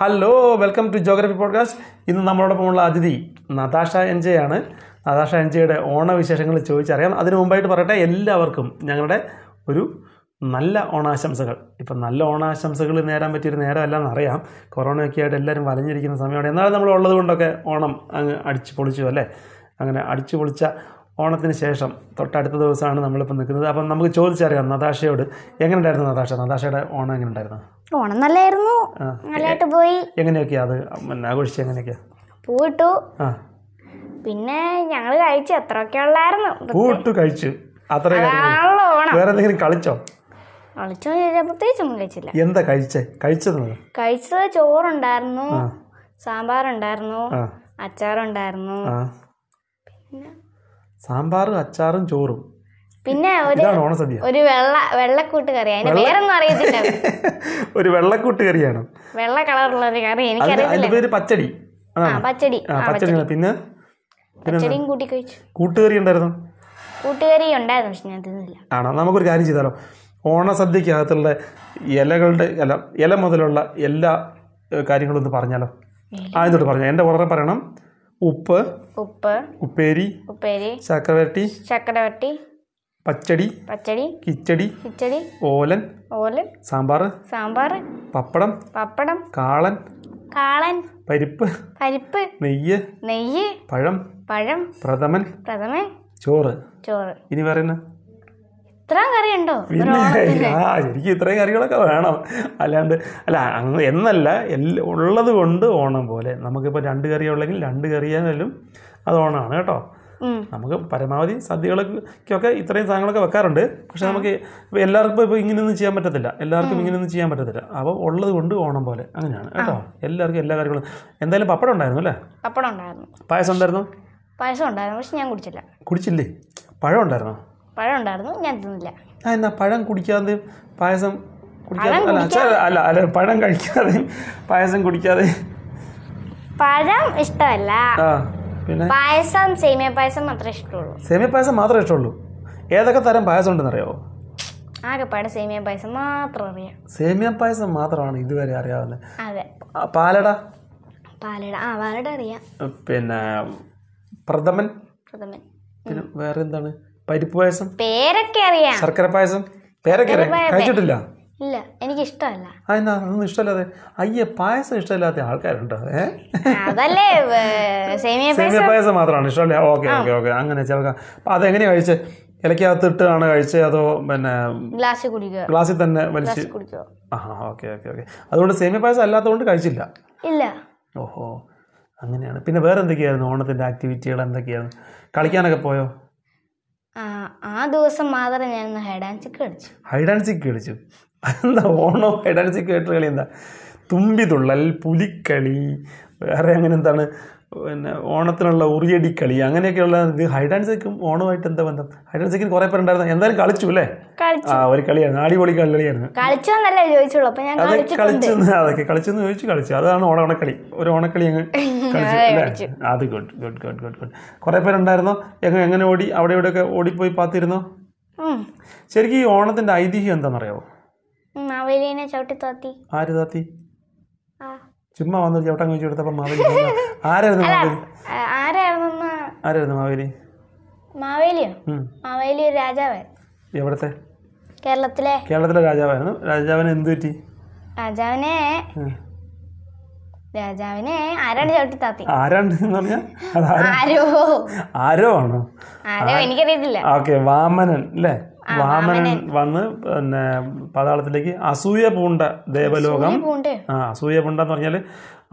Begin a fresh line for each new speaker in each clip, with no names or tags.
Hello welcome to geography podcast ഇന്ന് നമ്മളോടൊപ്പമുള്ള അതിഥി നതാഷ എൻജയാണ് നതാഷ എൻജയുടെ ഓണവിശേഷങ്ങൾ ചോദിച്ചറിയാം അതിനു മുമ്പായിട്ട് പറയട്ടെ എല്ലാവർക്കും ഞങ്ങളുടെ ഒരു നല്ല ഓണാശംസകൾ ഇപ്പം നല്ല ഓണാശംസകൾ നേരാൻ പറ്റിയൊരു നേരമല്ല എന്നറിയാം കൊറോണയൊക്കെ ആയിട്ട് എല്ലാവരും വലഞ്ഞിരിക്കുന്ന സമയമാണ് എന്നാലും നമ്മൾ ഉള്ളത് കൊണ്ടൊക്കെ ഓണം അങ്ങ് അടിച്ചു പൊളിച്ചു അല്ലേ അങ്ങനെ അടിച്ചു പൊളിച്ച ഓണത്തിന് ശേഷം തൊട്ടടുത്ത ദിവസമാണ് നമ്മളിപ്പോൾ നിൽക്കുന്നത് അപ്പം നമുക്ക് ചോദിച്ചറിയാം നതാഷയോട് എങ്ങനെ ഉണ്ടായിരുന്നു നതാഷ നതാഷയുടെ ഓണം എങ്ങനെ ഉണ്ടായിരുന്നു
ഓണം നല്ലായിരുന്നു
ആ.
നല്ലതായിട്ട് പോയി
എങ്ങനെയൊക്കെയാ അത് പിന്നെ ആഘോഷിച്ച് എങ്ങനെയൊക്കെയാ
പൂവിട്ടു
ആ
പിന്നെ ഞങ്ങൾ കഴിച്ചു അത്രയൊക്കെ ഉള്ളായിരുന്നു
പൂവിട്ട് കഴിച്ചു അത്ര
അതാണല്ലോ ഓണം
വേറെ എന്തെങ്കിലും കളിച്ചോ
കളിച്ചു പ്രത്യേകിച്ചൊന്നും കഴിച്ചില്ല
എന്താ കഴിച്ചേ കഴിച്ചത് നിങ്ങൾ?
കഴിച്ചത് ചോറുണ്ടായിരുന്നു സാമ്പാറുണ്ടായിരുന്നു
ആ
അച്ചാറുണ്ടായിരുന്നു
ആ സാമ്പാറും അച്ചാറും ചോറും
പിന്നെ ഒരു
ഇതാണ് ഓണസദ്യ
ഒരു വെള്ള വെള്ളക്കൂട്ട് കറി അതിന് പേരൊന്നും അറിയത്തില്ല
ഒരു വെള്ളക്കൂട്ട് കറിയാണ്
വെള്ള കളറുള്ള ഒരു കറി എനിക്ക്
അതിന് അതിന്റെ പേര് പച്ചടി
ആ
അതാണ്
പച്ചടി
ആ പച്ചടി പിന്നെ
പച്ചടിയും കൂട്ടി കഴിച്ചു
കൂട്ടുകറി ഉണ്ടായിരുന്നു
കൂട്ടുകറി ഉണ്ടായിരുന്നു പക്ഷെ ഞാൻ തിന്നില്ല
ആണോ നമുക്കൊരു കാര്യം ചെയ്താലോ ഓണസദ്യക്കകത്തുള്ള ഇലകളുടെ ഇല ഇല മുതലുള്ള എല്ലാ ഏഹ്, കാര്യങ്ങളും ഒന്ന് പറഞ്ഞാലോ ആ എന്നിട്ട് പറഞ്ഞു എൻ്റെ ഉററെ പറയണം ഉപ്പ്
ഉപ്പ്
ഉപ്പേരി
ഉപ്പേരി
ചക്രവരട്ടി
ചക്രവട്ടി
പച്ചടി
പച്ചടി
കിച്ചടി
കിച്ചടി
ഓലൻ
ഓല്
സാമ്പാർ
സാമ്പാർ
പപ്പടം
പപ്പടം
കാളൻ
കാളൻ
പരിപ്പ്
പരിപ്പ്
നെയ്യ്
നെയ്യ്
പഴം
പഴം
പ്രഥമൻ
പ്രഥമൻ
ചോറ്
ചോറ്
ഇനി പറയുന്ന
ഇത്രയും കറി ഉണ്ടോ
പിന്നെ ആ ശരിക്കും ഇത്രയും കറികളൊക്കെ വേണം അല്ലാണ്ട് അല്ല അങ്ങ് എന്നല്ല എല്ല ഉള്ളത് കൊണ്ട് ഓണം പോലെ നമുക്കിപ്പോൾ രണ്ട് കറി ഉള്ളെങ്കിൽ രണ്ട് കറിയാലും അത് ഓണമാണ് കേട്ടോ
ഉം.
നമുക്ക് പരമാവധി സദ്യകളൊക്കെ ഇത്രയും സാധനങ്ങളൊക്കെ വെക്കാറുണ്ട് പക്ഷെ നമുക്ക് ഇപ്പൊ എല്ലാവർക്കും ഇപ്പോൾ ഇങ്ങനെയൊന്നും ചെയ്യാൻ പറ്റത്തില്ല എല്ലാവർക്കും ഇങ്ങനെയൊന്നും ചെയ്യാൻ പറ്റത്തില്ല അപ്പോൾ ഉള്ളത് കൊണ്ട് ഓണം പോലെ അങ്ങനെയാണ് കേട്ടോ എല്ലാവർക്കും എല്ലാ കാര്യങ്ങളും എന്തായാലും പപ്പടം ഉണ്ടായിരുന്നു അല്ലേ
പപ്പടം ഉണ്ടായിരുന്നു
പായസം ഉണ്ടായിരുന്നു
പായസം ഉണ്ടായിരുന്നു പക്ഷെ ഞാൻ കുടിച്ചില്ല
കുടിച്ചില്ലേ പഴം ഉണ്ടായിരുന്നോ
പഴം ഉണ്ടായിരുന്നു ഞാൻ തിന്നില്ല
ആ എന്നാ പഴം കുടിക്കാതെ പായസം കുടിക്കാതെ അല്ല അച്ചാർ അല്ല അല്ല പഴം കഴിക്കാതെ പായസം കുടിക്കാതെ
പഴം ഇഷ്ടമല്ല
ആ പിന്നെ
പായസം സേമിയ പായസം മാത്രമേ ഇഷ്ടമുള്ളൂ
സേമിയ പായസം മാത്രമേ ഇഷ്ടമുള്ളൂ ഏതൊക്കെ തരം പായസം ഉണ്ടെന്ന് അറിയാവോ
ആകെപ്പാട് സേമിയ പായസം മാത്രം അറിയാം
സേമിയ പായസം മാത്രമാണ് ഇതുവരെ അറിയാവുന്നത്
അതെ
ആ, പാലട
പാലട ആ പാലട അറിയാം
പിന്നെ പ്രഥമൻ
പ്രഥമൻ
പിന്നെ വേറെ എന്താണ് പരിപ്പ് പായസം
പേരൊക്കെ അറിയാം
ശർക്കര പായസം പേരൊക്കെ കഴിച്ചിട്ടില്ല
ഇല്ല എനിക്ക് ഇഷ്ടമല്ല
ആ എന്നാ അതൊന്നും ഇഷ്ടമല്ലാതെ അയ്യേ പായസം ഇഷ്ടമില്ലാത്ത ആൾക്കാരുണ്ടോ ഏഹ്
അതല്ലേ ഏ, സേമിയ പായസം
സേമിയ പായസം മാത്രമാണ് ഇഷ്ടമല്ലേ ഓക്കെ ഓക്കെ ഓക്കെ അങ്ങനെ ചിലക്ക അപ്പം അതെങ്ങനെയാണ് കഴിച്ചത് ഇലക്കകത്തിട്ടാണ് കഴിച്ചത് അതോ പിന്നെ
ഗ്ലാസ് കുടിക്കുക
ഗ്ലാസ്സിൽ തന്നെ വലിച്ച്
കുടിക്കുക
ആ ഓക്കെ ഓക്കെ ഓക്കെ അതുകൊണ്ട് സേമിയ പായസം അല്ലാത്തതുകൊണ്ട് കഴിച്ചില്ല
ഇല്ല
ഓഹോ അങ്ങനെയാണ് പിന്നെ വേറെ എന്തൊക്കെയായിരുന്നു ഓണത്തിൻ്റെ ആക്ടിവിറ്റികൾ എന്തൊക്കെയായിരുന്നു കളിക്കാനൊക്കെ പോയോ
ആ, ആ ദിവസം മാത്രം ഞാൻ ഹെഡ് ഡാൻസ് കളിച്ചു
ഹൈഡ് ആൻഡ് സിക്ക് കളിച്ചു എന്താ ഓണോ ഹൈഡ് ആൻഡ് സിക്ക് ആയിട്ട് കളി എന്താ തുമ്പിതുള്ളൽ പുലിക്കളി വേറെ അങ്ങനെ എന്താണ് പിന്നെ ഓണത്തിനുള്ള ഉറിയടിക്കളി അങ്ങനെയൊക്കെയുള്ള ഇത് ഹൈഡ് ആൻഡ് സിക്കും ഓണമായിട്ട് എന്താ ബന്ധം ഹൈഡ് ആൻഡ് സിക്കിന് കുറേ പേരുണ്ടായിരുന്നു എന്തായാലും കളിച്ചു അല്ലേ
കളിച്ചു
ആ ഒരു കളിയായിരുന്നു അടിപൊളി കളിയായിരുന്നു
കളിച്ചോന്നല്ലേ ചോദിച്ചുള്ളൂ അപ്പൊ ഞാൻ കളിച്ചു
കളിച്ചു അതൊക്കെ കളിച്ചു എന്ന് ചോദിച്ചു കളിച്ചു അതാണ് ഓണ ഓണക്കളി ഒരു ഓണക്കളി അങ്ങ് കളിച്ചു അല്ലേ അത് good good good good good കുറേ പേരുണ്ടായിരുന്നോ എങ്ങനെ എങ്ങനെ ഓടി അവിടെ ഇവിടെയൊക്കെ ഓടിപ്പോയി പാത്തിരുന്നോ
ഉം.
ശരിക്കും ഈ ഓണത്തിൻ്റെ ഐതിഹ്യം എന്താണെന്നറിയാമോ
ഉം, മാവേലിനെ ചവിട്ടി താത്തി
ആര് താത്തി
ആ.
ചുമ്മാ വന്ന് ചവിട്ടം കഴിച്ചു കൊടുത്തപ്പോൾ മാവേലി വന്നു. ആരായിരുന്നു മാവേലി
ആ, ആരായിരുന്നെന്ന്
ആരായിരുന്നു മാവേലി
മാവേലിയോ
ഉം.
മാവേലി ഒരു രാജാവായിരുന്നു
എവിടത്തെ
കേരളത്തിലെ
കേരളത്തിലെ രാജാവായിരുന്നു രാജാവിന് എന്ത് പറ്റി
രാജാവിനെ
ഉം.
രാജാവിനെ ആരാണ് ചവിട്ടി താത്തി
ആരാണ്ട് എന്ന് പറഞ്ഞാൽ അത് ആ-
ആരോ
ആരോ ആണോ
ആരോ എനിക്കറിയത്തില്ല
ഓക്കെ വാമനൻ അല്ലേ വാമനൻ വന്ന് പിന്നെ പാതാളത്തിലേക്ക് അസൂയ പൂണ്ട ദേവലോകം
പൂണ്ടേ
ആ അസൂയ പൂണ്ട എന്ന് പറഞ്ഞാൽ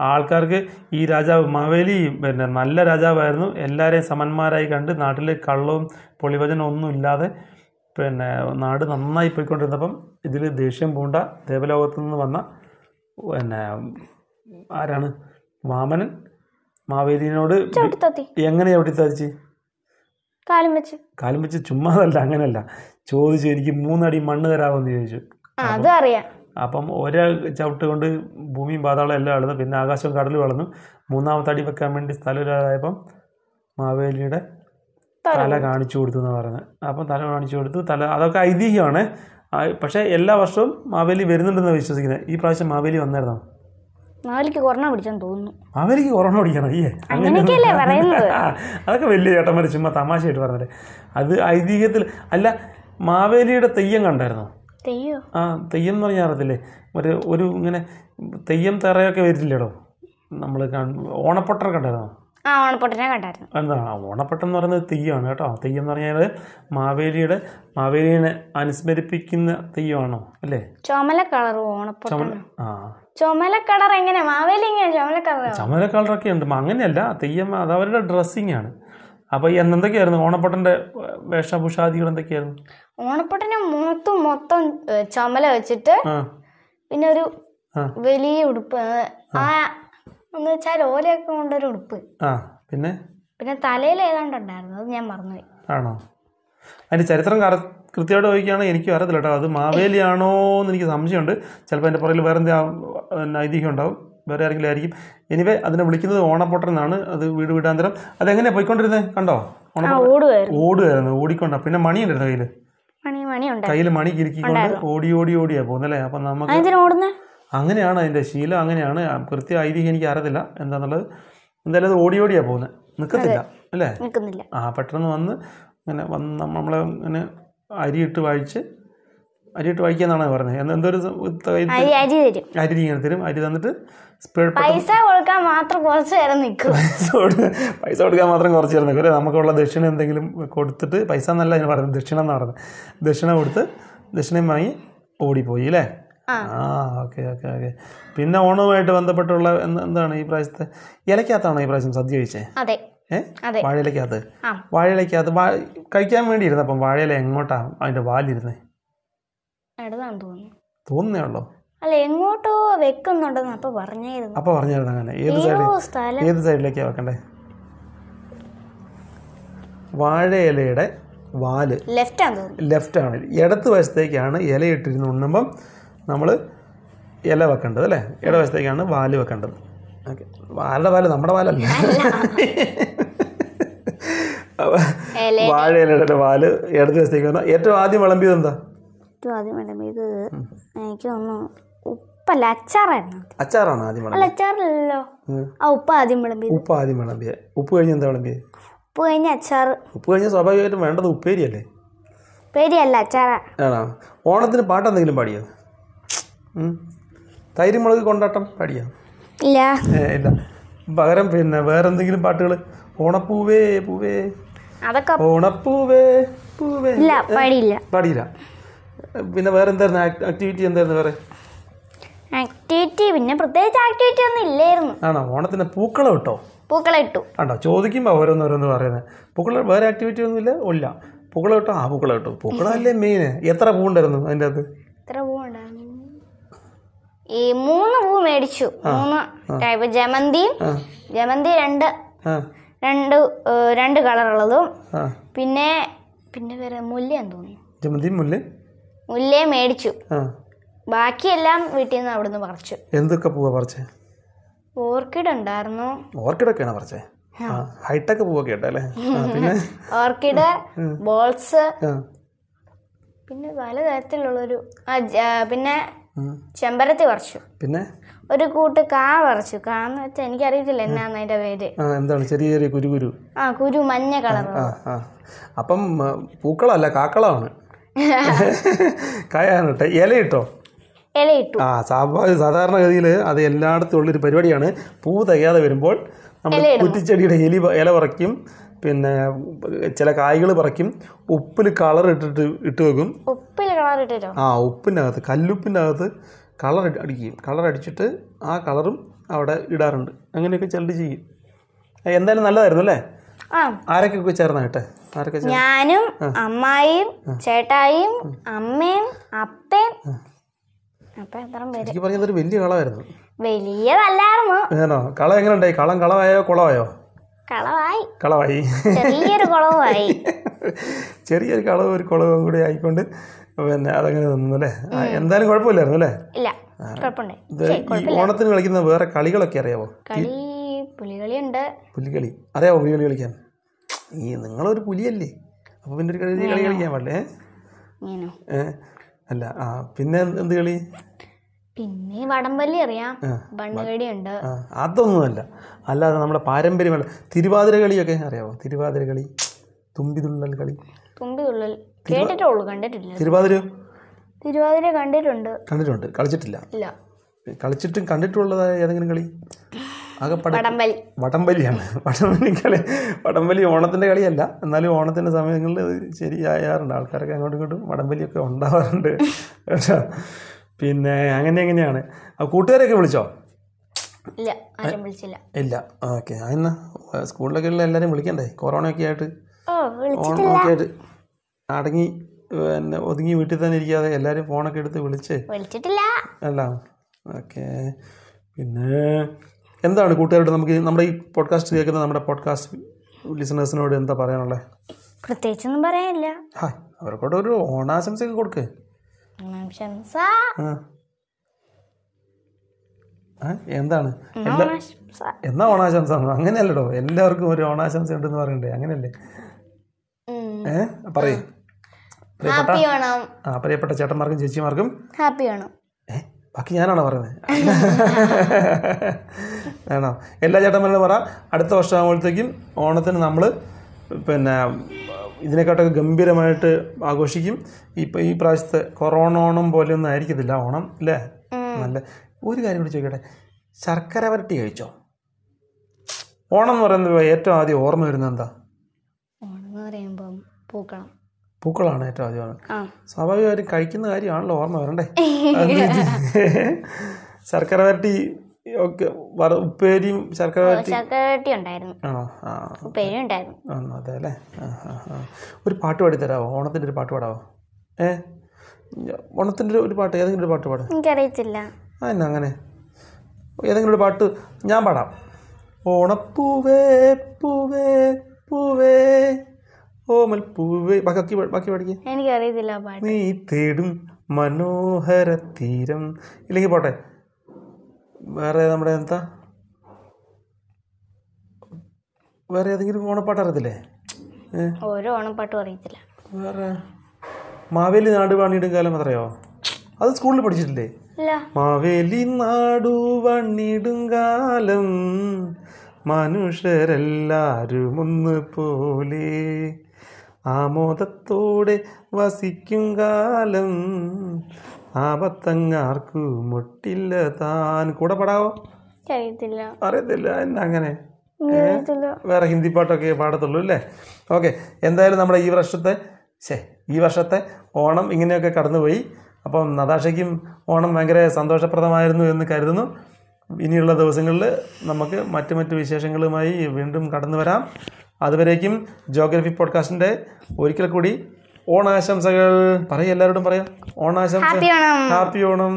ആൾക്കാർക്ക് ഈ രാജാവ് മവേലി പിന്നെ നല്ല രാജാവായിരുന്നു എല്ലാവരെയും സമന്മാരായി കണ്ട് നാട്ടിൽ കള്ളവും പൊളിവചനവും ഒന്നും ഇല്ലാതെ പിന്നെ നാട് നന്നായി പോയിക്കൊണ്ടിരുന്നപ്പം ഇതിൽ ദേഷ്യം പൂണ്ട ദേവലോകത്തു നിന്ന് വന്ന പിന്നെ ആരാണ് വാമനൻ മാവേലിനോട്
ചവിട്ടി താത്തി
എങ്ങനെ എവിടെ തരിച്ച്
കാലും വെച്ച്
കാലും വെച്ച് ചുമ്മാതല്ല അങ്ങനല്ല ചോദിച്ചു എനിക്ക് മൂന്നടി മണ്ണ് തരാമെന്ന് ചോദിച്ചു
ആ അതും അറിയാം
അപ്പം ഒരേ ചവിട്ട് കൊണ്ട് ഭൂമിയും പാതാളം എല്ലാം അളന്നു പിന്നെ ആകാശവും കടലും അളന്നു മൂന്നാമത്തെ അടി വെക്കാൻ വേണ്ടി സ്ഥലമില്ലാതായപ്പം മാവേലിയുടെ തല കാണിച്ചു കൊടുത്തു എന്ന് പറയുന്നത് അപ്പം തല കാണിച്ചു കൊടുത്തു തല അതൊക്കെ ഐതിഹ്യമാണ് ആ, പക്ഷേ എല്ലാ വർഷവും മാവേലി വരുന്നുണ്ടെന്ന് വിശ്വസിക്കുന്നത് ഈ പ്രാവശ്യം മാവേലി വന്നായിരുന്നോ
മാവലിക്ക് കൊറോണ പിടിച്ചെന്ന് തോന്നുന്നു
അവനിക്ക് കൊറോണ പിടിക്കണം അയ്യേ
അങ്ങനെയൊക്കെയല്ലേ പറയുന്നത്?
ആ, അതൊക്കെ വലിയ ചേട്ടന്മാർ ചുമ്മാ തമാശയായിട്ട് പറഞ്ഞത് അത് ഐതിഹ്യത്തിൽ അല്ല മാവേലിയുടെ തെയ്യം കണ്ടായിരുന്നോ
തെയ്യോ
ആ തെയ്യം എന്ന് പറഞ്ഞാൽ അറിയത്തില്ലേ ഒരു ഒരു ഇങ്ങനെ തെയ്യം തറയൊക്കെ വരില്ലേടോ നമ്മൾ ഓണപ്പൊട്ടർ കണ്ടായിരുന്നോ
ആ ഓണപ്പൊട്ടിനെ കണ്ടായിരുന്നു
എന്താണ് ഓണപ്പട്ടം എന്ന് പറയുന്നത് തെയ്യമാണ് കേട്ടോ തെയ്യം എന്ന് പറഞ്ഞാൽ മാവേലിയുടെ മാവേലിനെ അനുസ്മരിപ്പിക്കുന്ന തെയ്യമാണോ അല്ലേ
ചുമല കളറ് ഓണപ്പൊട്ട
ചുമല ആ
ചുമല കളർ എങ്ങനെ മാവേലി എങ്ങനെ ചുമല കളർ
ചുമല കളറൊക്കെ ഉണ്ട് മ- അങ്ങനെയല്ല തെയ്യം അത് അവരുടെ ഡ്രസ്സിങ് ആണ് അപ്പോൾ എന്തൊക്കെയായിരുന്നു ഓണപ്പട്ടൻ്റെ വേഷഭൂഷാദികൾ എന്തൊക്കെയായിരുന്നു
ഓണപ്പൊട്ടിനെ മൊത്തം മൊത്തം ഏ, ചുമല വെച്ചിട്ട്
ആ
പിന്നെ ഒരു
ആ.
വലിയ ഉടുപ്പ് അത് ആ എന്ന് വെച്ചാൽ ഓലയൊക്കെ കൊണ്ടൊരു ഉടുപ്പ്
ആ പിന്നെ
പിന്നെ തലയിൽ ഏതാണ്ട് ഉണ്ടായിരുന്നു അത് ഞാൻ മറന്നുപോയി
ആണോ അതിൻ്റെ ചരിത്രം കറ കൃത്യമായിട്ട് ചോദിക്കുകയാണെങ്കിൽ എനിക്കും അറിയത്തില്ല കേട്ടോ അത് മാവേലിയാണോ എന്ന് എനിക്ക് സംശയമുണ്ട് ചിലപ്പോൾ അതിൻ്റെ പുറകിൽ വേറെ എന്തെങ്കിലും ഐതിഹ്യം ഉണ്ടാവും വേറെ ആരെങ്കിലും ആയിരിക്കും എനിവേ അതിനെ വിളിക്കുന്നത് ഓണപ്പൊട്ടൻ എന്നാണ് അത് വീട് വീടാന്തരം അതെങ്ങനെ പോയിക്കൊണ്ടിരുന്നത് കണ്ടോ
ആ
ഓണപ്പൊട്ടൻ
ഓടുമായിരുന്നു
ഓടുമായിരുന്നു ഓടിക്കൊണ്ടാ പിന്നെ മണിയുണ്ടായിരുന്നു കയ്യിൽ
മണി മണി ഉണ്ടായിരുന്നു
കയ്യിൽ മണി കിരുക്കിക്കൊണ്ട് ഓടി ഓടി ഓടിയാ പോകുന്നല്ലേ അപ്പം നമുക്ക്
അതിന് ഓടുന്നേ
അങ്ങനെയാണ് അതിൻ്റെ ശീലം അങ്ങനെയാണ് ആ കൃത്യ ഐതിഹ്യം എനിക്ക് അറിയത്തില്ല എന്താണെന്നുള്ളത് എന്തായാലും അത് ഓടി ഓടിയാ പോകുന്നത് നിൽക്കത്തില്ല അല്ലേ
നിൽക്കുന്നില്ല
ആ പെട്ടെന്ന് വന്ന് ഇങ്ങനെ വന്ന് നമ്മ- നമ്മളെ ഇങ്ങനെ അരിയിട്ട് വാഴിച്ച് അരിയിട്ട് വാഴിക്കാന്നാണ് പറഞ്ഞത് എന്ത് എന്തൊരു സ- ഇത് കയ്യിൽ
അരി അരി തരും
അരി ഇങ്ങനെ തരും അരി തന്നിട്ട് സ്പീഡ്
പൈസ കൊടുക്കാൻ മാത്രം കുറച്ച് നേരം നിൽക്കും
പൈസ കൊടു- പൈസ കൊടുക്കാൻ മാത്രം കുറച്ച് നേരം നിൽക്കും നമുക്കുള്ള ദക്ഷിണ എന്തെങ്കിലും കൊടുത്തിട്ട് പൈസ എന്നല്ല അതിന് പറയുന്നത് ദക്ഷിണ എന്നാണ് പറയുന്നത് ദക്ഷിണ കൊടുത്ത് ദക്ഷിണയും വാങ്ങി ഓടിപ്പോയി അല്ലേ
ആ.
ആ ഓക്കെ ഓക്കെ ഓക്കെ പിന്നെ ഓണവുമായിട്ട് ബന്ധപ്പെട്ടുള്ള എന്ത്- എന്താണ് ഈ പ്രാവശ്യത്തെ ഇലക്കകത്താണോ ഈ പ്രാവശ്യം സദ്യ കഴിച്ചേ
അതെ
ഏ
അതെ.
വാഴയിലക്കകത്ത്
ആ.
വാഴയിലക്കകത്ത് വാ കഴിക്കാൻ വേണ്ടി ഇരുന്നപ്പം വാഴയില എങ്ങോട്ടാ അതിൻ്റെ വാലിരുന്നേ
എടുതാന്ന് തോന്നുന്നു
തോന്നുന്നേ ഉള്ളൂ
അല്ല എങ്ങോട്ടോ വെക്കുന്നുണ്ടെന്ന് അപ്പൊ പറഞ്ഞായിരുന്നു
അപ്പോൾ പറഞ്ഞിരുന്നു അങ്ങനെ ഏത്
ഏതോ
സൈഡിൽ
സ്ഥലം
ഏത് സൈഡിലേക്കാണ് വെക്കണ്ടേ വാഴയിലയുടെ വാല്
ലെഫ്റ്റ് ആന്ന് തോന്നുന്നു
ലെഫ്റ്റ് ആണ് ഇടത്ത് വശത്തേക്കാണ് ഇലയിട്ടിരുന്ന് ഉണ്ണുമ്പം നമ്മൾ ഇല വെക്കേണ്ടത് അല്ലേ ഇടവശത്തേക്കാണ് വാല് വെക്കേണ്ടത് ഓക്കെ ആരുടെ വാല് നമ്മുടെ വാലല്ല അപ്പൊ
ഇല
വാഴ ഇലയുടെ വാല് ഇടത്ത് വശത്തേക്ക് വന്നാൽ ഏറ്റവും ആദ്യം വിളമ്പിയത് എന്താ
ഏറ്റവും ആദ്യം മേഡം ഇത് എനിക്ക് തോന്നുന്നു ഉപ്പല്ല അച്ചാറായിരുന്നു അത്.
അച്ചാറാണ് ആദ്യം വിളമ്പിയത്
അല്ല അച്ചാറല്ലോ
ഉം.
ആ ഉപ്പ് ആദ്യം വിളമ്പി
ഉപ്പ് ആദ്യം വിളമ്പിയത് ഉപ്പ് കഴിഞ്ഞ് എന്താ വിളമ്പിയത്
ഉപ്പ് കഴിഞ്ഞ അച്ചാറ്
ഉപ്പ് കഴിഞ്ഞ് സ്വാഭാവികമായിട്ടും വേണ്ടത് ഉപ്പേരിയല്ലേ
പേരിയല്ല അച്ചാറാ
ആണോ ഓണത്തിന് പാട്ട് എന്തെങ്കിലും പാടിയോ ഉം. തൈരുമുളക് കൊണ്ടാട്ടം പാടിയോ
ഇല്ല
ഏ, ഇല്ല പകരം പിന്നെ വേറെന്തെങ്കിലും പാട്ടുകൾ ഓണപ്പൂവേ പൂവേ
അതൊക്കെ
ഓണപ്പൂവേ പൂവേ
ഇല്ല പാടിയില്ല
പാടിയില്ല പിന്നെ വേറെ എന്തായിരുന്നു ആക്ടിവിറ്റി എന്തായിരുന്നു വേറെ
ആക്ടിവിറ്റി പിന്നെ പ്രത്യേകിച്ച് ആക്ടിവിറ്റി ഒന്നും ഇല്ലായിരുന്നു
ആണോ ഓണത്തിന് പൂക്കളം ഇട്ടോ
പൂക്കളം ഇട്ടു
ആണ്ടോ ചോദിക്കുമ്പോൾ ഓരോന്നോരോന്ന് പറയുന്നത് പൂക്കള വേറെ ആക്ടിവിറ്റി ഒന്നുമില്ല ഇല്ല പൂക്കളം ഇട്ടോ ആ പൂക്കളം ഇട്ടോ പൂക്കളമല്ലേ മെയിൻ എത്ര പൂണ്ടായിരുന്നു അതിൻ്റെ അകത്ത്
എത്ര പൂ ഉണ്ടായിരുന്നു ഈ മൂന്ന് പൂ മേടിച്ചു മൂന്ന് ടൈപ്പ് ജമന്തിയും
ആ
ജമന്തി രണ്ട്
ആ
രണ്ട് ഏഹ്, രണ്ട് കളറുള്ളതും
ആ
പിന്നെ പിന്നെ വേറെ മുല്ലയെന്ന് തോന്നുന്നു
ജമന്തി മുല്ല
മുല്ലയെ മേടിച്ചു
ആ
ബാക്കിയെല്ലാം വീട്ടിൽ നിന്ന് അവിടുന്ന് പറിച്ചു
എന്തൊക്കെ പൂവാ പറിച്ചേ
ഓർക്കിഡ് ഉണ്ടായിരുന്നു
ഓർക്കിഡൊക്കെയാണ് പറിച്ചേ ആ ഹൈടെക് പൂവൊക്കെ ഇട്ടല്ലേ ആ, പിന്നെ
ഓർക്കിഡ് ബോൾസ്
ആ
പിന്നെ പല തരത്തിലുള്ളൊരു ആ, ജ- പിന്നെ
ഉം.
ചെമ്പരത്തി പറിച്ചു
പിന്നെ
ഒരു കൂട്ട് കാ പറിച്ചു കാ എന്ന് വെച്ചാൽ എനിക്കറിയത്തില്ല എന്നാന്ന് അതിന്റെ പേര്
ആ എന്താണ് ചെറിയ ചെറിയ കുരു കുരു
ആ കുരു മഞ്ഞ കളർ
ആ ആ അപ്പം ആ, പൂക്കളമല്ല കാക്കളമാണ് കായാണ് ഇട്ടെ ഇലയിട്ടോ
ഇലയിട്ടു
ആ സ്വാഭാവിക സാധാരണഗതിയിൽ അത് എല്ലായിടത്തും ഉള്ളൊരു പരിപാടിയാണ് പൂ തികയാതെ വരുമ്പോൾ നമ്മൾ കുറ്റിച്ചെടിയുടെ എലി പ- ഇല പറിക്കും പിന്നെ ചില കായ്കൾ പറിക്കും ഉപ്പിൽ കളർ ഇട്ടിട്ട് ഇട്ട് വെക്കും
ഉപ്പിൽ കളർ ഇട്ടിട്ടോ
ആ ഉപ്പിൻ്റെ അകത്ത് കല്ലുപ്പിൻ്റെ അകത്ത് കളർ ഇട്ട് അടിക്കും കളർ അടിച്ചിട്ട് ആ കളറും അവിടെ ഇടാറുണ്ട് അങ്ങനെയൊക്കെ ചിലർ ചെയ്യും ഏ, എന്തായാലും നല്ലതായിരുന്നു അല്ലേ
ആ
ആരൊക്കെ ചേർന്നായിട്ടെ ആരൊക്കെ ചേർന്ന്
ഞാനും അമ്മായിയും ചേട്ടായിയും അമ്മയും അപ്പയും അപ്പ എത്ര പേര്
എനിക്ക് പറഞ്ഞത് ഒരു വലിയ കളമായിരുന്നു
വലിയതല്ലായിരുന്നു
ഏതാണോ കളം എങ്ങനെ ഉണ്ടായി കളം കളമായോ കുളമായോ
കളവായി
കളമായി
ചെറിയൊരു കുളവായി
ചെറിയൊരു കളവ് ഒരു കുളവും കൂടി ആയിക്കൊണ്ട് പിന്നെ അതങ്ങനെ നിന്നു അല്ലേ ആ, എന്തായാലും കുഴപ്പമില്ലായിരുന്നു അല്ലേ
ഇല്ല കുഴപ്പമുണ്ട്
ഇത് ഈ ഓണത്തിന് കളിക്കുന്ന വേറെ കളികളൊക്കെ അറിയാവോ
കളി പുലികളിയുണ്ട്
പുലികളി അറിയാവോ പുലികളി കളിക്കാൻ ഈ നിങ്ങളൊരു പുലിയല്ലേ അപ്പോൾ പിന്നെ ഒരു കളി കളി കളിക്കാൻ പാടില്ലേ
ഞാനോ
ഏ? അല്ല ആ പിന്നെ എന്ത് കളി
പിന്നെ വടംവലി അറിയാം ബണ്ണുകടിയുണ്ട്
ആ, അതൊന്നുമല്ല അല്ലാതെ നമ്മുടെ പാരമ്പര്യമാണ് തിരുവാതിര കളിയൊക്കെ അറിയാമോ തിരുവാതിര കളി തുമ്പിതുള്ളൽ കളി
തുമ്പി ഉള്ളിൽ കേട്ടിട്ടുള്ളൂ കണ്ടിട്ടില്ല
തിരുവാതിരയോ
തിരുവാതിര കണ്ടിട്ടുണ്ട്
കണ്ടിട്ടുണ്ട് കളിച്ചിട്ടില്ല
ഇല്ല
കളിച്ചിട്ടും കണ്ടിട്ടുള്ളതായ ഏതെങ്കിലും കളി ആകെപ്പട
വടംവലി
വടംവലിയാണ് വടംവലി കളി വടംവലി ഓണത്തിൻ്റെ കളിയല്ല എന്നാലും ഓണത്തിൻ്റെ സമയങ്ങളിൽ അത് ശരിയായാറുണ്ട് ആൾക്കാരൊക്കെ അങ്ങോട്ടും ഇങ്ങോട്ടും വടംവലിയൊക്കെ ഉണ്ടാവാറുണ്ട് കേട്ടോ പിന്നെ അങ്ങനെ എങ്ങനെയാണ് ആ കൂട്ടുകാരെയൊക്കെ വിളിച്ചോ
ഇല്ല ആരും വിളിച്ചില്ല
ഇല്ല ഓക്കെ എന്നാ സ്കൂളിലൊക്കെ ഉള്ള എല്ലാവരും വിളിക്കണ്ടേ കൊറോണയൊക്കെ ആയിട്ട്
ഓ വിളിച്ചു
ഓണമൊക്കെ ആയിട്ട് അടങ്ങി പിന്നെ ഒതുങ്ങി വീട്ടിൽ തന്നെ ഇരിക്കാതെ എല്ലാവരും ഫോണൊക്കെ എടുത്ത് വിളിച്ച്
വിളിച്ചിട്ടില്ല
അല്ല ഓക്കെ പിന്നെ എന്താണ് കൂട്ടുകാരോട് നമുക്ക് ഈ- നമ്മുടെ ഈ പോഡ്കാസ്റ്റ് കേൾക്കുന്ന നമ്മുടെ പോഡ്കാസ്റ്റ് ലിസണേഴ്സിനോട് എന്താ പറയാനുള്ളത്
പ്രത്യേകിച്ചൊന്നും പറയാനില്ല
ഹായ് അവർക്കോട് ഒരു ഓണാശംസയൊക്കെ കൊടുക്ക്
ഒന്നാം ശംസ
ആ. ആ, എന്താണ് എല്ലാ
ഒന്നാം ശംസ.
എന്നാ ഓണാശംസ അങ്ങനെയല്ലടോ എല്ലാവർക്കും ഒരു ഓണാശംസ ഉണ്ടെന്ന് പറയണ്ടേ അങ്ങനെയല്ലേ
ഉം.
ഏ പറയേ
ഹാപ്പി വേണം
ആ പ്രിയപ്പെട്ട ചേട്ടന്മാർക്കും ചേച്ചിമാർക്കും
ഹാപ്പി വേണം
ഏ ബാക്കി ഞാനാണോ പറയുന്നത് ആണോ എല്ലാ ചേട്ടന്മാരോടും പറ അടുത്ത വർഷം ആകുമ്പോഴത്തേക്കും ഓണത്തിന് നമ്മൾ പിന്നെ ഇതിനെക്കാട്ടൊക്കെ ഗംഭീരമായിട്ട് ആഘോഷിക്കും ഇപ്പം ഈ പ്രാവശ്യത്തെ കൊറോണ ഓണം പോലെയൊന്നും ആയിരിക്കത്തില്ല ഓണം അല്ലേ നല്ല ഒരു കാര്യം കൂടി ചോദിക്കട്ടെ ശർക്കര വരട്ടി കഴിച്ചോ ഓണം എന്ന് പറയുന്നത് ഏറ്റവും ആദ്യം ഓർമ്മ വരുന്നത് എന്താ
ഓണം എന്ന് പറയുമ്പം പൂക്കണം
പൂക്കളാണ് ഏറ്റവും ആദ്യം ഓർമ്മ
ആ
സ്വാഭാവികമായിട്ടും കഴിക്കുന്ന കാര്യമാണല്ലോ ഓർമ്മ വരണ്ടേ അത് ശർക്കര വരട്ടി ഒക്കെ വറ- ഉപ്പേരിയും ശർക്കര വരട്ടി
ചക്കരട്ടി ഉണ്ടായിരുന്നു
ആണോ ആ
പേരും ഉണ്ടായിരുന്നു
ആണോ അതെ അല്ലേ ആ ആ ആ ഒരു പാട്ട് പാടിത്തരാമോ ഓണത്തിൻ്റെ ഒരു പാട്ട് പാടാമോ ഏ ഓണത്തിൻ്റെ ഒരു- ഒരു പാട്ട് ഏതെങ്കിലും ഒരു പാട്ട് പാട്
എനിക്കറിയത്തില്ല
ആ എന്നാ അങ്ങനെ ഏതെങ്കിലും ഒരു പാട്ട് ഞാൻ പാടാം ഓണപ്പൂവേ പൂവേ പൂവേ ഓമൽ പൂവേ ബാക്കി ബാക്കി പാടിക്കേ
എനിക്കറിയത്തില്ല ആ പാട്ട്
നീ തേടും മനോഹര തീരം ഇല്ലെങ്കിൽ പോട്ടെ വേറെ നമ്മുടെ എന്താ വേറെ ഏതെങ്കിലും ഓണപ്പാട്ട് അറിയത്തില്ലേ ഏ,
ഓരോ ഓണപ്പാട്ടും അറിയത്തില്ല
വേറെ മാവേലി നാടുവാണിയുടെ കാലം അറിയോ അത് സ്കൂളിൽ പഠിച്ചിട്ടില്ലേ
ഇല്ല
മാവേലി നാടുവണ്ണിടും കാലം മനുഷ്യരെല്ലാരും ഒന്ന് പോലെ ആമോദത്തോടെ വസിക്കും കാലം ആപത്തങ്ങാർക്കു മുട്ടില്ല താൻ കൂടെ പടാവോ
എനിക്കറിയത്തില്ല
അറിയത്തില്ല എന്നാ അങ്ങനെ
എനിക്കറിയത്തില്ല
വേറെ ഹിന്ദി പാട്ടൊക്കെ പാടത്തുള്ളൂ അല്ലേ ഓക്കെ എന്തായാലും നമ്മുടെ ഈ വർഷത്തെ ശേ ഈ വർഷത്തെ ഓണം ഇങ്ങനെയൊക്കെ കടന്നുപോയി അപ്പം നതാഷയ്ക്കും ഓണം ഭയങ്കര സന്തോഷപ്രദമായിരുന്നു എന്ന് കരുതുന്നു ഇനിയുള്ള ദിവസങ്ങളിൽ നമുക്ക് മറ്റു മറ്റു വിശേഷങ്ങളുമായി വീണ്ടും കടന്നു വരാം അതുവരേക്കും ജോഗ്രഫി പോഡ്കാസ്റ്റിൻ്റെ ഒരിക്കൽ കൂടി ഓണാശംസകൾ പറയും എല്ലാവരോടും പറയാം ഓണാശംസ
ഹാപ്പി വേണം
ഹാപ്പി ഓണം